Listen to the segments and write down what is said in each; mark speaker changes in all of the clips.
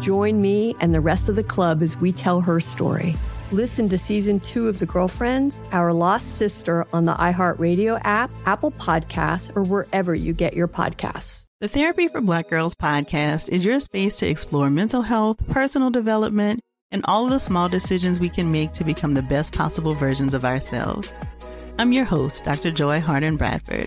Speaker 1: Join me and the rest of the club as we tell her story. Listen to season two of The Girlfriends, Our Lost Sister on the iHeartRadio app, Apple Podcasts, or wherever you get your podcasts.
Speaker 2: The Therapy for Black Girls podcast is your space to explore mental health, personal development, and all of the small decisions we can make to become the best possible versions of ourselves. I'm your host, Dr. Joy Harden Bradford,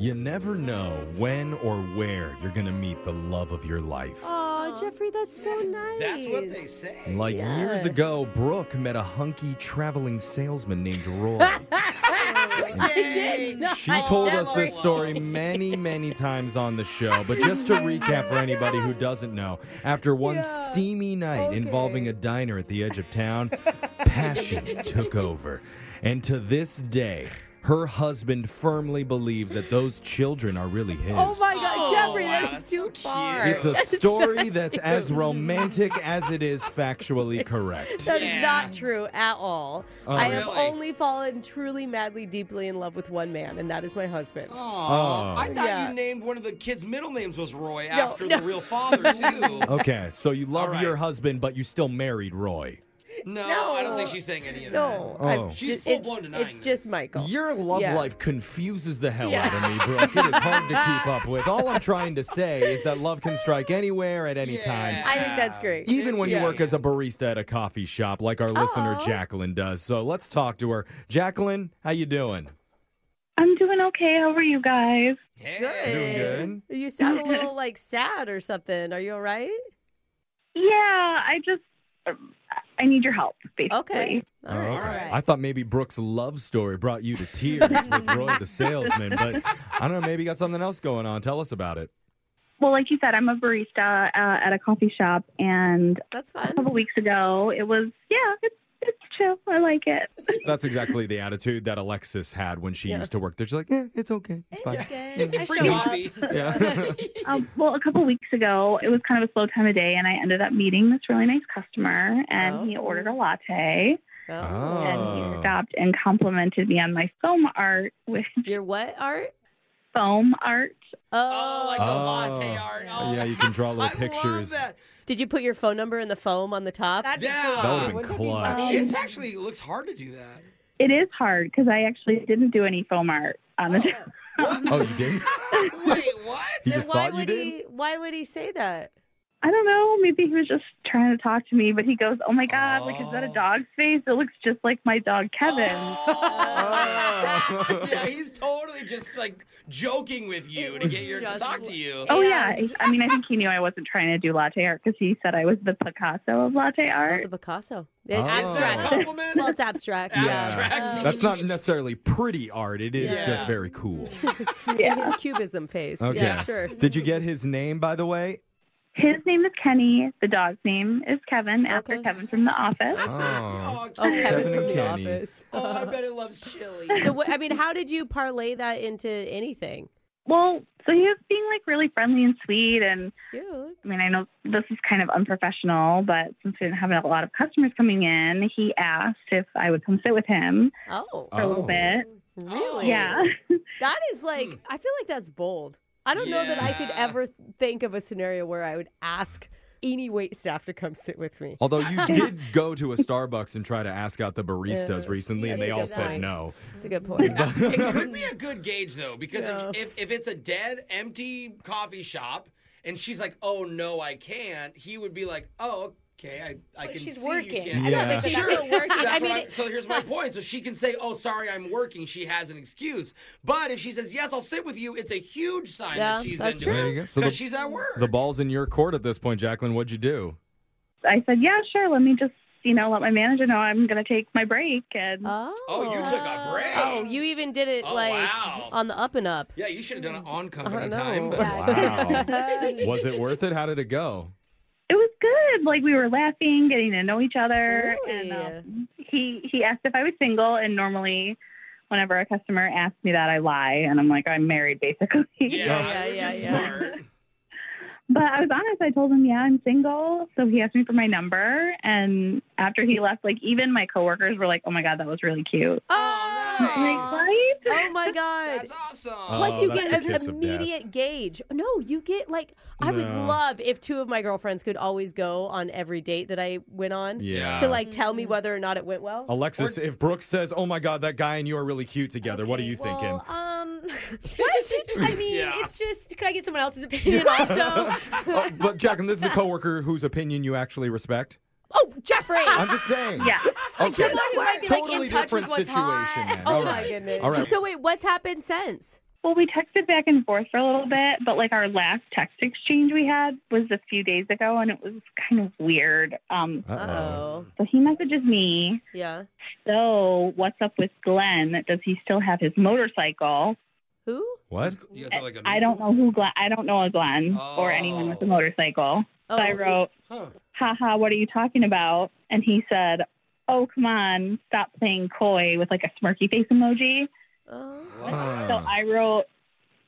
Speaker 3: You never know when or where you're going to meet the love of your life.
Speaker 4: Oh, Jeffrey, that's so nice.
Speaker 5: That's what they say.
Speaker 3: And like years ago, Brooke met a hunky traveling salesman named Roy.
Speaker 4: Oh, I did. not.
Speaker 3: She told us this story many, many times on the show, but just to recap for anybody who doesn't know, after one steamy night involving a diner at the edge of town, passion took over. And to this day, her husband firmly believes that those children are really his.
Speaker 4: Oh my God, Jeffrey, that
Speaker 5: that's
Speaker 4: is too
Speaker 5: so cute.
Speaker 4: far.
Speaker 3: It's a
Speaker 4: That's
Speaker 3: story
Speaker 4: not
Speaker 3: that's
Speaker 4: true.
Speaker 3: as romantic as it is factually correct.
Speaker 4: That is
Speaker 5: Yeah.
Speaker 4: not true at all.
Speaker 3: Oh.
Speaker 4: I have
Speaker 5: Really?
Speaker 4: only fallen truly, madly, deeply in love with one man, and that is my husband.
Speaker 3: Oh.
Speaker 5: I thought
Speaker 4: Yeah.
Speaker 5: you named one of the kids' middle names was Roy
Speaker 4: No,
Speaker 5: after
Speaker 4: no.
Speaker 5: the real father too.
Speaker 3: Okay, so you love
Speaker 5: All right.
Speaker 3: your husband, but you still married Roy.
Speaker 5: no,
Speaker 4: No.
Speaker 5: I don't think she's saying any of
Speaker 4: No,
Speaker 3: Oh.
Speaker 4: I'm
Speaker 5: She's
Speaker 4: just,
Speaker 5: full-blown
Speaker 4: it-
Speaker 5: denying
Speaker 4: It's just Michael.
Speaker 3: Your love
Speaker 4: Yeah.
Speaker 3: life confuses the hell
Speaker 4: Yeah.
Speaker 3: out of me, Brooke. It is hard to keep up with. All I'm trying to say is that love can strike anywhere at any time.
Speaker 4: I think that's great.
Speaker 3: Even when
Speaker 4: Yeah.
Speaker 3: you work as a barista at a coffee shop, like our listener
Speaker 4: Aw.
Speaker 3: Jacqueline does. So let's talk to her. Jacqueline, how you doing?
Speaker 6: I'm doing okay. How are you guys?
Speaker 5: that. Yeah.
Speaker 3: Doing good.
Speaker 4: You sound a little like sad or something. Are you all right?
Speaker 6: Yeah, I just I need your help, basically.
Speaker 4: Okay. All right.
Speaker 3: Oh,
Speaker 4: All right.
Speaker 3: I thought maybe Brooke's love story brought you to tears with Roy the salesman, but I don't know. Maybe you got something else going on. Tell us about it.
Speaker 6: Well, like you said, I'm a barista uh, at a coffee shop, and
Speaker 4: That's
Speaker 6: a
Speaker 4: fun.
Speaker 6: couple weeks ago, it was yeah, it's it's chill. I like it.
Speaker 3: That's exactly the attitude that Alexis had when she
Speaker 4: Yeah.
Speaker 3: used to work there. She's like, yeah, it's okay. It's fine.
Speaker 4: I
Speaker 5: Free
Speaker 4: show up.
Speaker 5: coffee.
Speaker 3: Yeah.
Speaker 6: um, well, a couple weeks ago, it was kind of a slow time of day, and I ended up meeting this really nice customer, and he
Speaker 4: Oh.
Speaker 6: ordered a latte,
Speaker 4: Oh.
Speaker 6: and
Speaker 3: Oh.
Speaker 6: he stopped and complimented me on my foam art with
Speaker 4: Your what art?
Speaker 6: foam art.
Speaker 5: Oh, like a
Speaker 3: Oh.
Speaker 5: latte art. Oh,
Speaker 3: yeah, you can draw little
Speaker 5: I
Speaker 3: pictures.
Speaker 5: Love that.
Speaker 4: Did you put your phone number in the foam on the top?
Speaker 5: Yeah.
Speaker 3: That would have been clutch.
Speaker 6: fun?
Speaker 5: It's actually it looks hard to do that.
Speaker 6: Um, It is hard because I actually didn't do any foam art on the.
Speaker 3: Oh, you didn't?
Speaker 5: Wait, what?
Speaker 3: He
Speaker 4: Then
Speaker 3: just
Speaker 4: why
Speaker 3: thought you
Speaker 4: would
Speaker 3: did?
Speaker 4: he? Why would he say that?
Speaker 6: I don't know. Maybe he was just trying to talk to me, but he goes, "Oh my god, like is that a dog's face? It looks just like my dog Kevin."
Speaker 3: Oh.
Speaker 5: yeah, he's totally just like joking with you
Speaker 4: It
Speaker 5: to
Speaker 4: was
Speaker 5: get your to
Speaker 4: just
Speaker 5: talk
Speaker 4: like-
Speaker 5: to you.
Speaker 6: Oh yeah, He- I mean, I think he knew I wasn't trying to do latte art because he said I was the Picasso of latte
Speaker 4: Oh,
Speaker 6: art.
Speaker 4: the Picasso.
Speaker 3: Oh.
Speaker 5: Is that a
Speaker 4: Abstract.
Speaker 5: compliment?
Speaker 4: Well, it's abstract.
Speaker 3: Yeah.
Speaker 5: Abstract.
Speaker 3: That's not necessarily pretty art. It is
Speaker 5: Yeah.
Speaker 3: just very cool.
Speaker 4: And his cubism face.
Speaker 3: Okay.
Speaker 4: Yeah, sure.
Speaker 3: Did you get his name, by the way?
Speaker 7: His name is Kenny. The dog's name is Kevin, after Kevin from The Office.
Speaker 3: Oh,
Speaker 1: Oh, Kevin
Speaker 3: Kevin
Speaker 1: from
Speaker 3: and
Speaker 1: The
Speaker 3: Kenny.
Speaker 1: Office.
Speaker 5: Oh, I bet it loves chili.
Speaker 1: So what, I mean, how did you parlay that into anything?
Speaker 7: Well, so he was being like really friendly and sweet, and I mean, I know this is kind of unprofessional, but since we didn't have a lot of customers coming in, he asked if I would come sit with him
Speaker 1: Oh,
Speaker 7: for a little bit.
Speaker 1: Really?
Speaker 7: Yeah.
Speaker 1: That is like, I feel like that's bold. I don't know that I could ever think of a scenario where I would ask any wait staff to come sit with me.
Speaker 3: Although you did go to a Starbucks and try to ask out the baristas
Speaker 1: Yeah.
Speaker 3: recently, and
Speaker 1: Yeah,
Speaker 3: they all
Speaker 1: that's a good
Speaker 3: said
Speaker 1: point.
Speaker 3: no.
Speaker 1: That's a good point.
Speaker 5: it could be a good gauge though, because
Speaker 1: Yeah.
Speaker 5: if, if if it's a dead, empty coffee shop, and she's like, "Oh no, I can't," he would be like, "Oh." Okay, I, I
Speaker 4: But
Speaker 5: can
Speaker 4: she's
Speaker 5: see
Speaker 4: working.
Speaker 5: You can't.
Speaker 4: I don't think she's
Speaker 5: sure.
Speaker 4: still working. I
Speaker 5: That's what
Speaker 4: mean,
Speaker 5: I'm-
Speaker 4: it-
Speaker 5: so here's my point. So she can say, "Oh, sorry, I'm working." She has an excuse. But if she says, "Yes, I'll sit with you," it's a huge sign
Speaker 1: Yeah,
Speaker 5: that she's
Speaker 1: that's
Speaker 5: into
Speaker 3: There
Speaker 5: it
Speaker 3: you go.
Speaker 5: because
Speaker 3: So the-
Speaker 5: she's at work.
Speaker 3: The ball's in your court at this point, Jacqueline. What'd you do?
Speaker 7: I said, "Yeah, sure. Let me just, you know, let my manager know I'm going to take my break." And
Speaker 5: Oh, you took a break.
Speaker 1: Oh, you even did it
Speaker 5: Oh,
Speaker 1: like
Speaker 5: wow.
Speaker 1: on the up and up.
Speaker 5: Yeah, you should have done it on
Speaker 1: I
Speaker 5: company
Speaker 1: know.
Speaker 5: time. But...
Speaker 3: Wow. Was it worth it? How did it go?
Speaker 7: it was good. Like we were laughing, getting to know each other. And um, he he asked if I was single, and normally, whenever a customer asks me that, I lie and I'm like, "I'm married," basically.
Speaker 5: Yeah, yeah, yeah.
Speaker 7: But I was honest. I told him, yeah, I'm single. So he asked me for my number. And after he left, like, even my coworkers were like, oh my God, that was really cute.
Speaker 1: Oh, oh my god. That's
Speaker 5: awesome.
Speaker 1: Plus
Speaker 7: Oh,
Speaker 1: you
Speaker 7: that's
Speaker 1: get
Speaker 7: the
Speaker 1: an
Speaker 7: kiss of death.
Speaker 1: immediate gauge. No, you get like I would
Speaker 7: No.
Speaker 1: love if two of my girlfriends could always go on every date that I went on
Speaker 3: Yeah.
Speaker 1: to like tell me whether or not it went well.
Speaker 3: Alexis, if Brooke says, "Oh my God, that guy and you are really cute together," what are you thinking?
Speaker 4: Um, what? I mean,
Speaker 3: Yeah.
Speaker 4: it's just. Could I get someone else's opinion also?
Speaker 3: Oh, but Jacqueline, this is a coworker whose opinion you actually respect.
Speaker 4: oh, Jeffrey.
Speaker 3: I'm just saying.
Speaker 4: Yeah.
Speaker 3: Okay.
Speaker 4: Someone who might be, like, in
Speaker 3: totally
Speaker 4: touch
Speaker 3: different
Speaker 4: with what's
Speaker 3: situation. Then.
Speaker 1: Oh
Speaker 3: All
Speaker 1: my
Speaker 3: right.
Speaker 1: goodness.
Speaker 3: All right.
Speaker 1: So wait, what's happened since?
Speaker 7: Well, we texted back and forth for a little bit, but like our last text exchange we had was a few days ago, and it was kind of weird. Um,
Speaker 1: Uh-oh.
Speaker 7: So he messages me,
Speaker 1: Yeah.
Speaker 7: so what's up with Glenn? Does he still have his motorcycle? Uh,
Speaker 1: Who?
Speaker 3: What?
Speaker 5: You guys have like a Oh.
Speaker 7: I don't know who Glenn. I don't know a Glenn or anyone with a motorcycle.
Speaker 1: Oh.
Speaker 7: So I wrote,
Speaker 5: Huh.
Speaker 7: haha, what are you talking about? And he said, oh, come on, stop playing coy with like a smirky face emoji.
Speaker 1: Oh.
Speaker 7: So I wrote,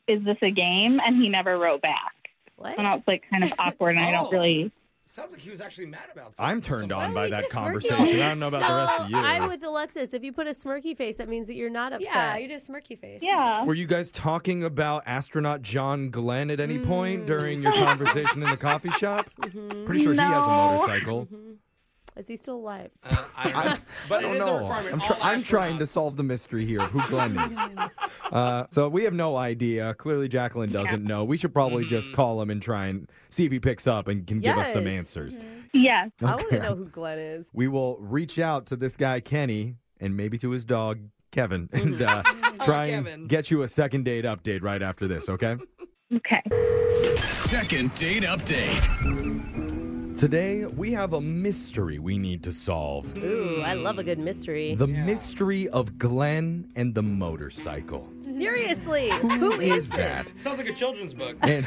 Speaker 7: is this a game? And he never wrote back.
Speaker 1: What?
Speaker 7: And I was like kind of awkward and I don't
Speaker 5: Oh.
Speaker 7: really.
Speaker 5: Sounds like he was actually mad about
Speaker 3: I'm turned on by that
Speaker 4: on
Speaker 3: conversation. I don't know about the rest of you.
Speaker 1: I'm with Alexis. If you put a smirky face, that means that you're not upset.
Speaker 4: Yeah, you just smirky face.
Speaker 1: Uh-huh.
Speaker 7: Yeah.
Speaker 3: Were you guys talking about astronaut John Glenn at any
Speaker 1: Mm.
Speaker 3: point during your conversation in the coffee shop? Pretty sure
Speaker 1: Mm-hmm.
Speaker 3: he has a
Speaker 1: No. Mm-hmm.
Speaker 3: motorcycle.
Speaker 1: Is he still alive?
Speaker 3: I,
Speaker 5: but
Speaker 3: I don't
Speaker 5: it is a
Speaker 3: know.
Speaker 5: requirement.
Speaker 3: I'm, try- I'm trying to solve the mystery here of who Glenn is. Uh, so we have no idea. Clearly, Jacqueline doesn't know. We should probably just call him and try and see if he picks up and can give us some
Speaker 1: Mm-hmm. Yes. Mm-hmm.
Speaker 3: answers.
Speaker 7: Yes.
Speaker 1: I want
Speaker 3: Okay.
Speaker 1: to know who Glenn is.
Speaker 3: We will reach out to this guy, Kenny, and maybe to his dog, Kevin, and uh, try
Speaker 8: Kevin.
Speaker 3: and get you a second date update right after this, okay?
Speaker 7: Okay.
Speaker 8: Second date update.
Speaker 3: Today, we have a mystery we need to solve.
Speaker 1: Ooh, I love a
Speaker 5: Hmm.
Speaker 1: good mystery.
Speaker 3: The mystery of Glenn and the motorcycle.
Speaker 1: Seriously, who
Speaker 3: is
Speaker 1: is this?
Speaker 3: that?
Speaker 5: Sounds like a children's book.
Speaker 3: And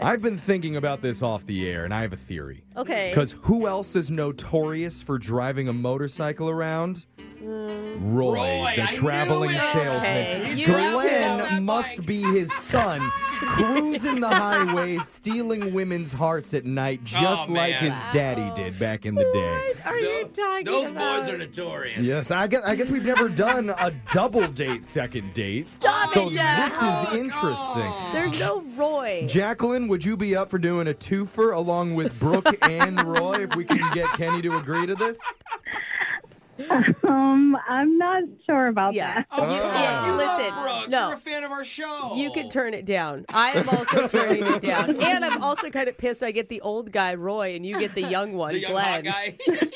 Speaker 3: I've been thinking about this off the air, and I have a theory.
Speaker 1: Okay.
Speaker 3: Because who else is notorious for driving a motorcycle around? Roy,
Speaker 5: Roy,
Speaker 3: the
Speaker 5: I
Speaker 3: traveling
Speaker 5: knew it.
Speaker 3: salesman.
Speaker 5: Okay, you wrapped it up.
Speaker 3: Glenn must be his son, cruising the highways, stealing women's hearts at night, just
Speaker 5: Oh,
Speaker 3: like
Speaker 5: man.
Speaker 3: his daddy did back in the day.
Speaker 1: Are you talking
Speaker 5: Those boys are notorious.
Speaker 3: Yes, I guess, I guess we've never done a double date, second date.
Speaker 1: Stop
Speaker 3: so
Speaker 1: it, Jack.
Speaker 3: This
Speaker 5: Oh,
Speaker 3: is interesting.
Speaker 1: There's no Roy.
Speaker 3: Jacqueline, would you be up for doing a twofer along with Brooke and Roy if we can get Kenny to agree to this?
Speaker 7: Um, I'm not sure about that.
Speaker 1: Oh, You- yeah, listen, no.
Speaker 5: You're a fan of our show.
Speaker 1: You can turn it down. I am also turning it down. And I'm also kind of pissed I get the old guy, Roy, and you get the young one,
Speaker 5: The young
Speaker 1: Glenn.
Speaker 5: hot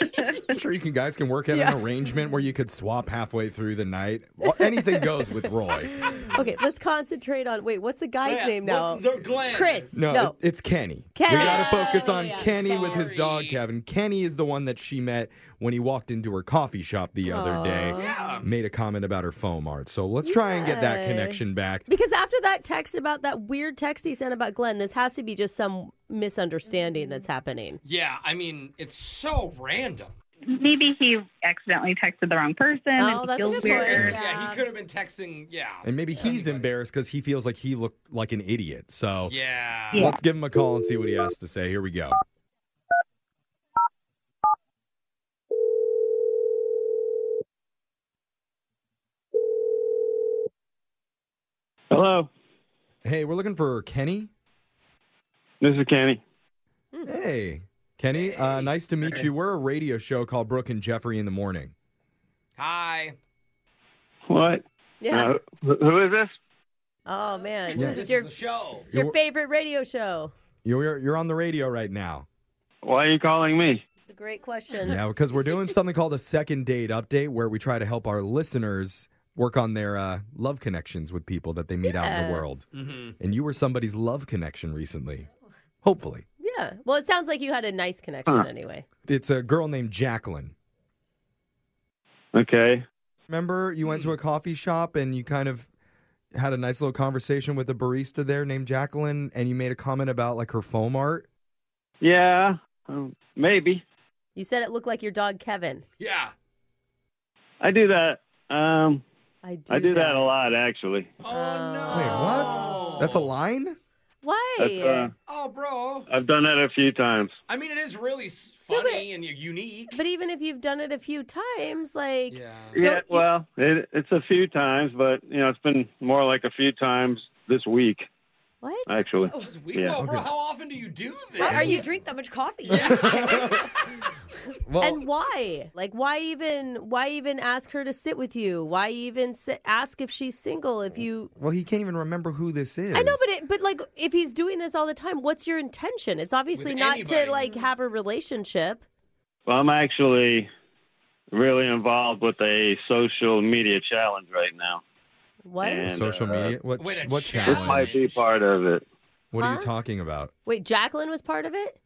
Speaker 5: guy.
Speaker 3: I'm sure you can, guys can work out
Speaker 1: Yeah.
Speaker 3: an arrangement where you could swap halfway through the night. Well, anything goes with Roy.
Speaker 1: Okay, let's concentrate on. Wait, what's the guy's
Speaker 5: Yeah,
Speaker 1: name now?
Speaker 5: what's the- Glenn.
Speaker 1: Chris.
Speaker 3: No,
Speaker 1: No.
Speaker 3: it- it's Kenny.
Speaker 1: Kenny.
Speaker 3: We got to focus on
Speaker 1: Kenny, I'm
Speaker 3: Kenny with his dog, Kevin. Kenny is the one that she met when he walked into her coffee coffee shop the other day
Speaker 4: Aw. Yeah.
Speaker 3: made a comment about her foam art. So let's try and get that
Speaker 4: Yay.
Speaker 3: connection back.
Speaker 4: Because after that text about that weird text he sent about Glenn, this has to be just some misunderstanding that's happening.
Speaker 5: Yeah, I mean, it's so random.
Speaker 6: Maybe he accidentally texted the wrong person. and
Speaker 5: Oh,
Speaker 6: he
Speaker 5: that's
Speaker 6: feels
Speaker 5: a good
Speaker 6: weird.
Speaker 5: point. Yeah, he could have been texting. Yeah.
Speaker 3: And maybe he's embarrassed because he feels like he looked like an idiot. So
Speaker 5: Yeah.
Speaker 6: Yeah.
Speaker 3: let's give him a call and see what he has to say. Here we go.
Speaker 9: Hello.
Speaker 3: Hey, we're looking for Kenny.
Speaker 9: This is Kenny.
Speaker 3: Hmm. Hey, Kenny. Uh, nice to meet you. We're a radio show called Brooke and Jeffrey in the Morning.
Speaker 5: Hi.
Speaker 9: What?
Speaker 4: Yeah.
Speaker 9: Uh, wh- who is this?
Speaker 4: Oh man,
Speaker 3: Yeah.
Speaker 4: it's your
Speaker 5: show.
Speaker 4: It's your
Speaker 3: You're-
Speaker 4: favorite radio show.
Speaker 3: You're, you're on the radio right now.
Speaker 9: Why are you calling me?
Speaker 4: It's a great question.
Speaker 3: Yeah, because we're doing something called a second date update where we try to help our listeners work on their uh, love connections with people that they meet out in
Speaker 4: Yeah.
Speaker 3: the world.
Speaker 5: Mhm.
Speaker 3: And you were somebody's love connection recently. Hopefully.
Speaker 4: Yeah. Well, it sounds like you had a nice connection
Speaker 3: Huh.
Speaker 4: anyway.
Speaker 3: It's a girl named Jacqueline.
Speaker 9: Okay.
Speaker 3: Remember, you went to a coffee shop and you kind of had a nice little conversation with a barista there named Jacqueline, and you made a comment about like her foam art.
Speaker 9: Yeah, um, maybe.
Speaker 4: You said it looked like your dog Kevin.
Speaker 5: Yeah.
Speaker 9: I do that. Um,
Speaker 4: I do.
Speaker 9: I do that. a lot, actually.
Speaker 3: Wait, what?
Speaker 1: Oh.
Speaker 3: That's a line?
Speaker 4: Why?
Speaker 9: That's, uh,
Speaker 5: Oh, bro.
Speaker 9: I've done that a few times.
Speaker 5: I mean, it is really s- funny and unique.
Speaker 4: But even if you've done it a few times, like
Speaker 9: yeah, well, it, it's a few times, but you know, it's been more like a few times this week.
Speaker 4: What?
Speaker 9: Actually.
Speaker 5: We,
Speaker 9: Yeah.
Speaker 5: well, bro, how often do you do this?
Speaker 10: Why are you drink that much coffee?
Speaker 9: Oh.
Speaker 3: Well-
Speaker 4: and why? Like, why even? Why even ask her to sit with you? Why even si- ask if she's single? If you,
Speaker 3: Well, he can't even remember who this is.
Speaker 4: I know, but it, but like, if he's doing this all the time, what's your intention? It's obviously
Speaker 9: With
Speaker 4: not
Speaker 9: anybody.
Speaker 4: to like have a relationship.
Speaker 9: Well, I'm actually really involved with a social media challenge right now.
Speaker 4: What?
Speaker 9: And,
Speaker 3: Social
Speaker 9: uh,
Speaker 3: media? What, what
Speaker 9: This might
Speaker 3: challenge?
Speaker 9: be part of it.
Speaker 3: What are you talking about?
Speaker 4: Wait, Jacqueline was part of it.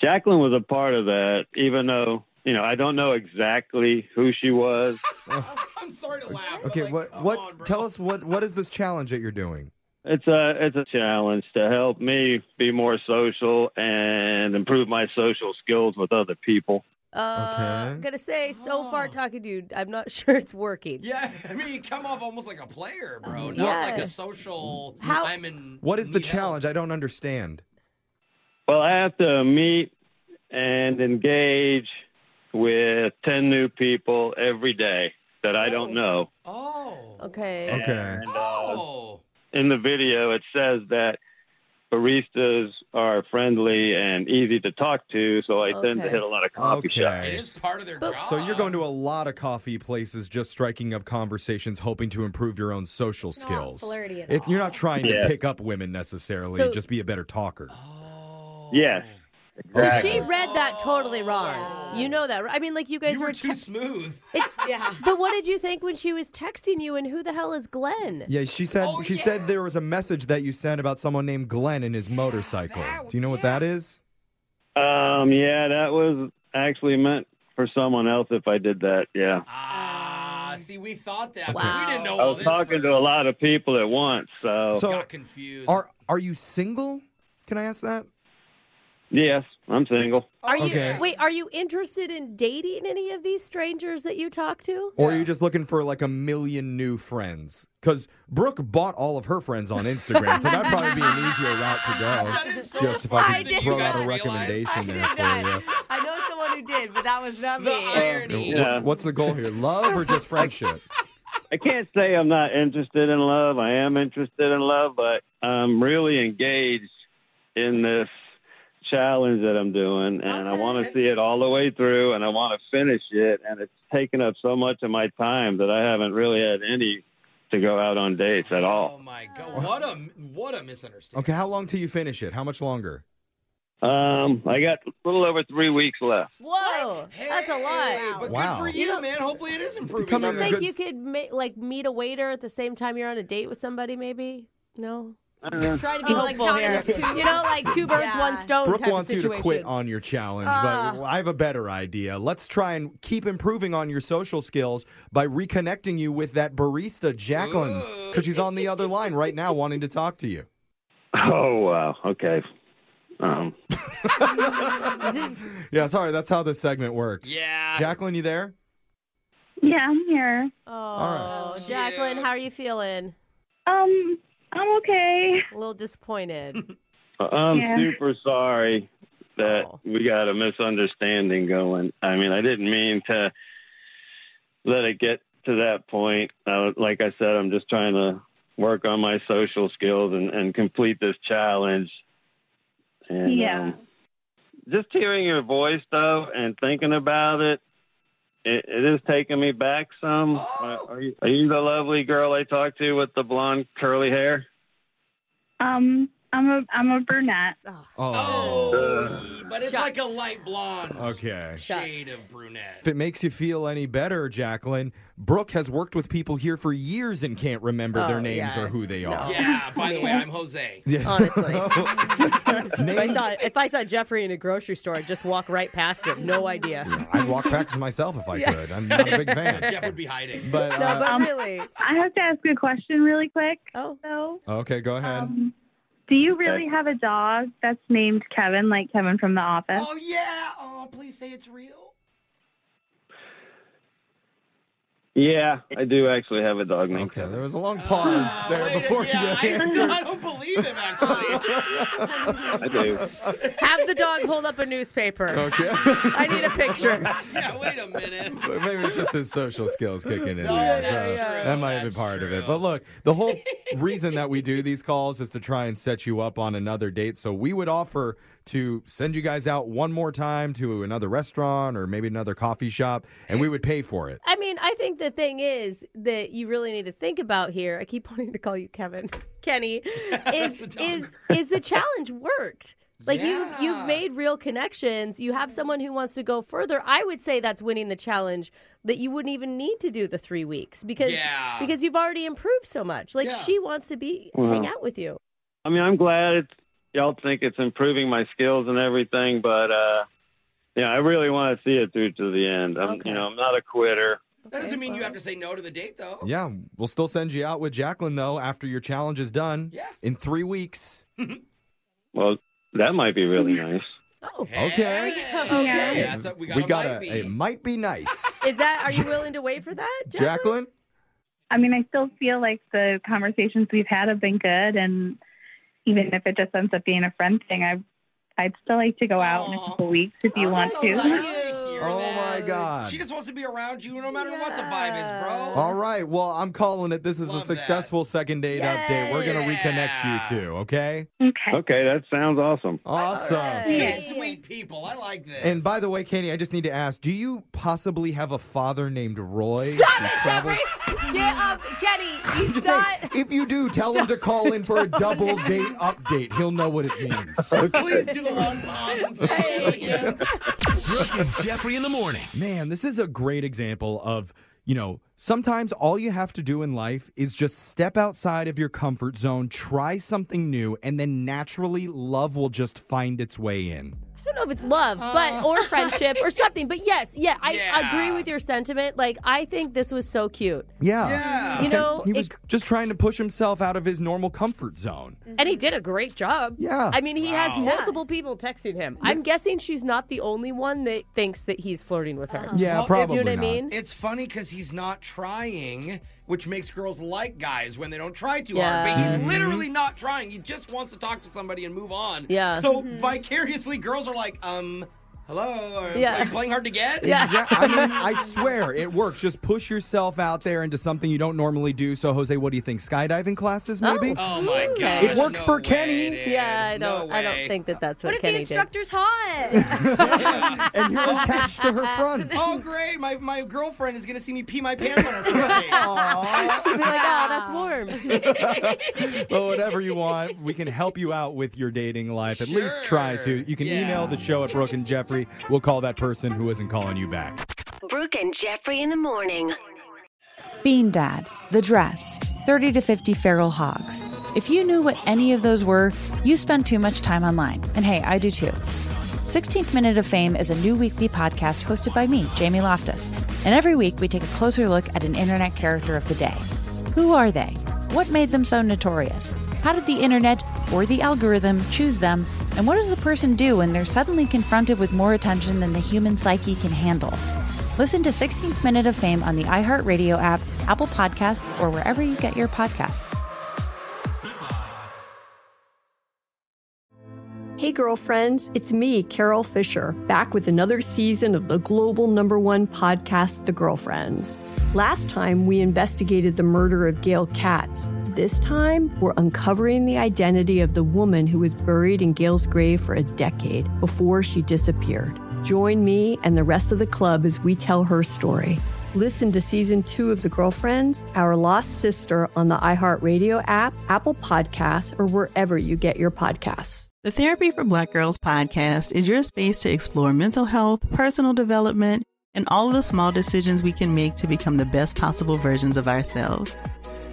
Speaker 9: Jacqueline was a part of that, even though you know I don't know exactly who she was.
Speaker 5: I'm sorry to laugh.
Speaker 3: Okay, what what tell us what what is this challenge that you're doing?
Speaker 9: It's a it's a challenge to help me be more social and improve my social skills with other people.
Speaker 4: Uh,
Speaker 9: Okay.
Speaker 4: I'm gonna say,
Speaker 5: Oh.
Speaker 4: so far talking to you, I'm not sure it's working.
Speaker 5: Yeah, I mean, you come off almost like a player, bro. Not like
Speaker 4: Yeah.
Speaker 5: a social.
Speaker 4: How-
Speaker 5: I'm in.
Speaker 3: What is the challenge? I don't understand.
Speaker 9: Well, I have to meet and engage with ten new people every day that I don't know.
Speaker 5: Oh.
Speaker 4: Okay.
Speaker 9: Okay.
Speaker 5: Oh.
Speaker 9: In the video, it says that baristas are friendly and easy to talk to, so I tend to
Speaker 3: Okay.
Speaker 9: hit a lot of coffee
Speaker 3: Okay.
Speaker 9: shops.
Speaker 3: It
Speaker 5: is part of their job.
Speaker 3: So you're going to a lot of coffee places just striking up conversations hoping to improve your own social skills.
Speaker 10: flirty at
Speaker 3: It- you're not trying
Speaker 9: Yeah.
Speaker 3: to pick up women necessarily,
Speaker 4: So-
Speaker 3: just be a better talker.
Speaker 9: Yes.
Speaker 4: So she read that totally wrong. You know that. right? I mean, like you guys
Speaker 5: You were
Speaker 4: te-
Speaker 5: too smooth.
Speaker 4: It- But what did you think when she was texting you? And who the hell is Glenn?
Speaker 3: Yeah, she said
Speaker 5: Oh,
Speaker 3: she said there was a message that you sent about someone named Glenn and his motorcycle. Do you know what that is?
Speaker 9: Um, yeah, that was actually meant for someone else if I did that, yeah.
Speaker 5: Ah, see, we thought that, but we didn't know
Speaker 9: I
Speaker 5: all
Speaker 9: was
Speaker 5: this.
Speaker 9: talking to a lot of people at once, so,
Speaker 3: So
Speaker 5: confused.
Speaker 3: are are you single? Can I ask that?
Speaker 9: yes, I'm single.
Speaker 4: Are you
Speaker 3: Okay.
Speaker 4: wait? Are you interested in dating any of these strangers that you talk to?
Speaker 3: Or are you just looking for like a million new friends? Because Brooke bought all of her friends on Instagram, so that'd probably be an easier route to go.
Speaker 4: is so
Speaker 3: just if I
Speaker 4: funny that
Speaker 3: could
Speaker 4: you
Speaker 3: throw out
Speaker 4: guys
Speaker 3: a recommendation there for you.
Speaker 4: I know someone who did, but that was not me.
Speaker 3: What- What's the goal here? Love or just friendship?
Speaker 9: I can't say I'm not interested in love. I am interested in love, but I'm really engaged in this challenge that I'm doing, and I want to see it all the way through, and I want to finish it, and it's taken up so much of my time that I haven't really had any to go out on dates at all.
Speaker 5: My God, what a what a misunderstanding.
Speaker 3: Okay, how long till you finish it? How much longer?
Speaker 9: Um, I got a little over three weeks left.
Speaker 4: Whoa, that's a lot.
Speaker 5: But
Speaker 3: Wow.
Speaker 5: good for you, man. Hopefully, it is improving.
Speaker 4: You don't
Speaker 3: Becoming a
Speaker 4: think
Speaker 3: good
Speaker 4: you
Speaker 3: s-
Speaker 4: could ma- like meet a waiter at the same time you're on a date with somebody? Maybe no.
Speaker 1: Try to be like
Speaker 11: hopeful
Speaker 1: counting
Speaker 11: here.
Speaker 1: as two, you know, like two birds,
Speaker 11: Yeah.
Speaker 1: one stone.
Speaker 3: Brooke
Speaker 1: type of
Speaker 3: wants you to
Speaker 1: situation.
Speaker 3: quit on your challenge,
Speaker 1: Ah.
Speaker 3: but I have a better idea. Let's try and keep improving on your social skills by reconnecting you with that barista, Jacqueline, because she's on the other line right now wanting to talk to you.
Speaker 12: Oh wow. Okay. Um,
Speaker 3: Yeah, sorry, that's how this segment works. Yeah. Jacqueline, you there?
Speaker 13: Yeah, I'm here.
Speaker 1: Oh, Jacqueline, how are you feeling?
Speaker 13: Um, I'm okay.
Speaker 1: A little disappointed.
Speaker 12: I'm
Speaker 13: Yeah.
Speaker 12: super sorry that we got a misunderstanding going. I mean, I didn't mean to let it get to that point. I was, like I said, I'm just trying to work on my social skills and, and complete this challenge. And,
Speaker 13: Yeah.
Speaker 12: um, just hearing your voice though and thinking about it, it, it is taking me back some.
Speaker 1: Oh.
Speaker 12: Are, are you, are you the lovely girl I talked to with the blonde curly hair?
Speaker 13: Um, I'm a I'm a brunette.
Speaker 3: Oh.
Speaker 5: But it's like a light blonde
Speaker 3: Okay.
Speaker 5: shade of brunette.
Speaker 3: If it makes you feel any better, Jacqueline, Brooke has worked with people here for years and can't remember their
Speaker 5: Oh,
Speaker 3: names
Speaker 5: yeah.
Speaker 3: or who they are.
Speaker 5: Yeah, by the way, I'm Jose.
Speaker 3: Yes.
Speaker 1: Honestly. if, I
Speaker 3: Names-
Speaker 1: saw, if I saw Jeffrey in a grocery store, I'd just walk right past him. No idea.
Speaker 3: I'd walk back to myself if I
Speaker 1: Yeah.
Speaker 3: could. I'm not a big fan.
Speaker 5: Jeff would be hiding.
Speaker 3: But,
Speaker 1: no,
Speaker 3: uh,
Speaker 1: but
Speaker 13: um,
Speaker 1: really.
Speaker 13: I have to ask a question really quick. Oh. So,
Speaker 3: Okay, go ahead.
Speaker 13: do you really have a dog that's named Kevin, like Kevin from The Office?
Speaker 5: Oh yeah. Oh, please say it's real.
Speaker 12: Yeah, I do actually have a dog named
Speaker 3: Okay, there was a
Speaker 5: Oh,
Speaker 3: long pause there before you
Speaker 5: I,
Speaker 3: answered.
Speaker 5: I don't believe him actually.
Speaker 12: I do.
Speaker 1: Have the dog hold up a newspaper.
Speaker 3: Okay.
Speaker 1: I need a picture.
Speaker 5: yeah, wait a minute.
Speaker 3: But maybe it's just his social skills kicking in.
Speaker 5: No,
Speaker 3: there,
Speaker 5: that's
Speaker 3: so
Speaker 5: true.
Speaker 3: That might have been part of it. But look, the whole reason that we do these calls is to try and set you up on another date. So we would offer to send you guys out one more time to another restaurant or maybe another coffee shop, and we would pay for it.
Speaker 1: I mean, I think the thing is that you really need to think about here. I keep wanting to call you Kevin, Kenny. Is is is the challenge worked? Like you've you've made real connections. You have someone who wants to go further. I would say that's winning the challenge. That you wouldn't even need to do the three weeks because
Speaker 12: Yeah.
Speaker 1: because you've already improved so much. Like she wants to be hang
Speaker 12: Wow.
Speaker 1: out with you.
Speaker 12: I mean, I'm glad it's, y'all think it's improving my skills and everything, but uh, yeah, I really want to see it through to the end. I'm, you know, I'm not a quitter.
Speaker 5: That doesn't mean you have to say no to the date though.
Speaker 3: Yeah, we'll still send you out with Jacqueline, though, after your challenge is done
Speaker 5: Yeah.
Speaker 3: in three weeks.
Speaker 12: Well, that might be really nice.
Speaker 3: Okay.
Speaker 1: Okay.
Speaker 5: Yeah, that's what we got a might
Speaker 3: a-
Speaker 5: be.
Speaker 3: it might be nice.
Speaker 1: Is that are you willing to wait for that?
Speaker 3: Jacqueline?
Speaker 13: I mean, I still feel like the conversations we've had have been good, and even if it just ends up being a friend thing, I I'd still like to go out in a couple weeks if you want
Speaker 5: So
Speaker 13: to.
Speaker 5: nice to hear
Speaker 3: Oh,
Speaker 5: that.
Speaker 3: my God.
Speaker 5: She just wants to be around you no matter what the vibe is, bro.
Speaker 3: All right. Well, I'm calling it. This is a successful second date update. We're going to reconnect you two, okay?
Speaker 13: Okay.
Speaker 12: Okay, that sounds awesome.
Speaker 3: Awesome.
Speaker 5: Two sweet people. I like this.
Speaker 3: And by the way, Katie, I just need to ask do you possibly have a father named Roy? who travels-
Speaker 1: Get up, Kenny.
Speaker 3: I'm just saying, if you do, tell him to call in for a double date update. He'll know what it means.
Speaker 5: Please do the long pause and say this again.
Speaker 3: Brooke and Jeffrey in the morning. Man, this is a great example of, you know, sometimes all you have to do in life is just step outside of your comfort zone, try something new, and then naturally love will just find its way in.
Speaker 1: I don't know if it's love, but
Speaker 11: Uh.
Speaker 1: or friendship or something. But yes, yeah, I
Speaker 3: Yeah.
Speaker 1: agree with your sentiment. Like I think this was so cute.
Speaker 3: Yeah.
Speaker 1: Yeah. You know,
Speaker 3: he was just trying to push himself out of his normal comfort zone.
Speaker 1: And he did a great job.
Speaker 3: Yeah.
Speaker 1: um, I mean, he has
Speaker 3: Wow.
Speaker 1: multiple people texting him. I'm guessing she's not the only one that thinks that he's flirting with her.
Speaker 3: Uh-huh. Yeah, probably
Speaker 1: You know what
Speaker 3: not.
Speaker 1: I mean?
Speaker 5: It's funny because he's not trying, which makes girls like guys when they don't try too
Speaker 1: Yeah.
Speaker 5: hard. But he's
Speaker 1: Mhm.
Speaker 5: literally not trying. He just wants to talk to somebody and move on.
Speaker 1: Yeah.
Speaker 5: So
Speaker 1: Mhm.
Speaker 5: vicariously, girls are like, um, hello, or
Speaker 1: Yeah.
Speaker 5: "Are you playing hard to get?
Speaker 3: Exact- I mean, I swear it works. Just push yourself out there into something you don't normally do. So, Jose, what do you think? Skydiving classes, maybe?
Speaker 5: Oh, my gosh.
Speaker 3: It worked
Speaker 5: no
Speaker 3: for
Speaker 5: way,
Speaker 3: Kenny.
Speaker 5: dude.
Speaker 1: Yeah, I don't.
Speaker 5: No
Speaker 1: I don't
Speaker 5: way.
Speaker 1: think that that's what,
Speaker 11: What if
Speaker 1: Kenny
Speaker 11: the
Speaker 1: did.
Speaker 11: instructor's hot?
Speaker 3: and you're attached to her front.
Speaker 5: Oh, great. My, my girlfriend is going to see me pee my pants on her first date.
Speaker 1: She'd be like, "Oh, that's warm."
Speaker 3: but whatever you want, we can help you out with your dating life. At least try to. You can email the show at Brooke and Jeffrey. We'll call that person who isn't calling you back.
Speaker 4: Brooke and Jeffrey in the morning.
Speaker 7: Bean Dad, The Dress, 30 to 50 Feral Hogs. If you knew what any of those were, you spend too much time online. And hey, I do too. 16th Minute of Fame is a new weekly podcast hosted by me, Jamie Loftus. And every week we take a closer look at an internet character of the day. Who are they? What made them so notorious? How did the internet or the algorithm choose them? And what does a person do when they're suddenly confronted with more attention than the human psyche can handle? Listen to 16th Minute of Fame on the iHeartRadio app, Apple Podcasts, or wherever you get your podcasts.
Speaker 1: Hey, girlfriends, it's me, Carol Fisher, back with another season of the global number one podcast, The Girlfriends. Last time, we investigated the murder of Gail Katz. This time, we're uncovering the identity of the woman who was buried in Gail's grave for a decade before she disappeared. Join me and the rest of the club as we tell her story. Listen to season two of The Girlfriends, Our Lost Sister on the iHeartRadio app, Apple Podcasts, or wherever you get your podcasts.
Speaker 2: The Therapy for Black Girls podcast is your space to explore mental health, personal development, and all of the small decisions we can make to become the best possible versions of ourselves.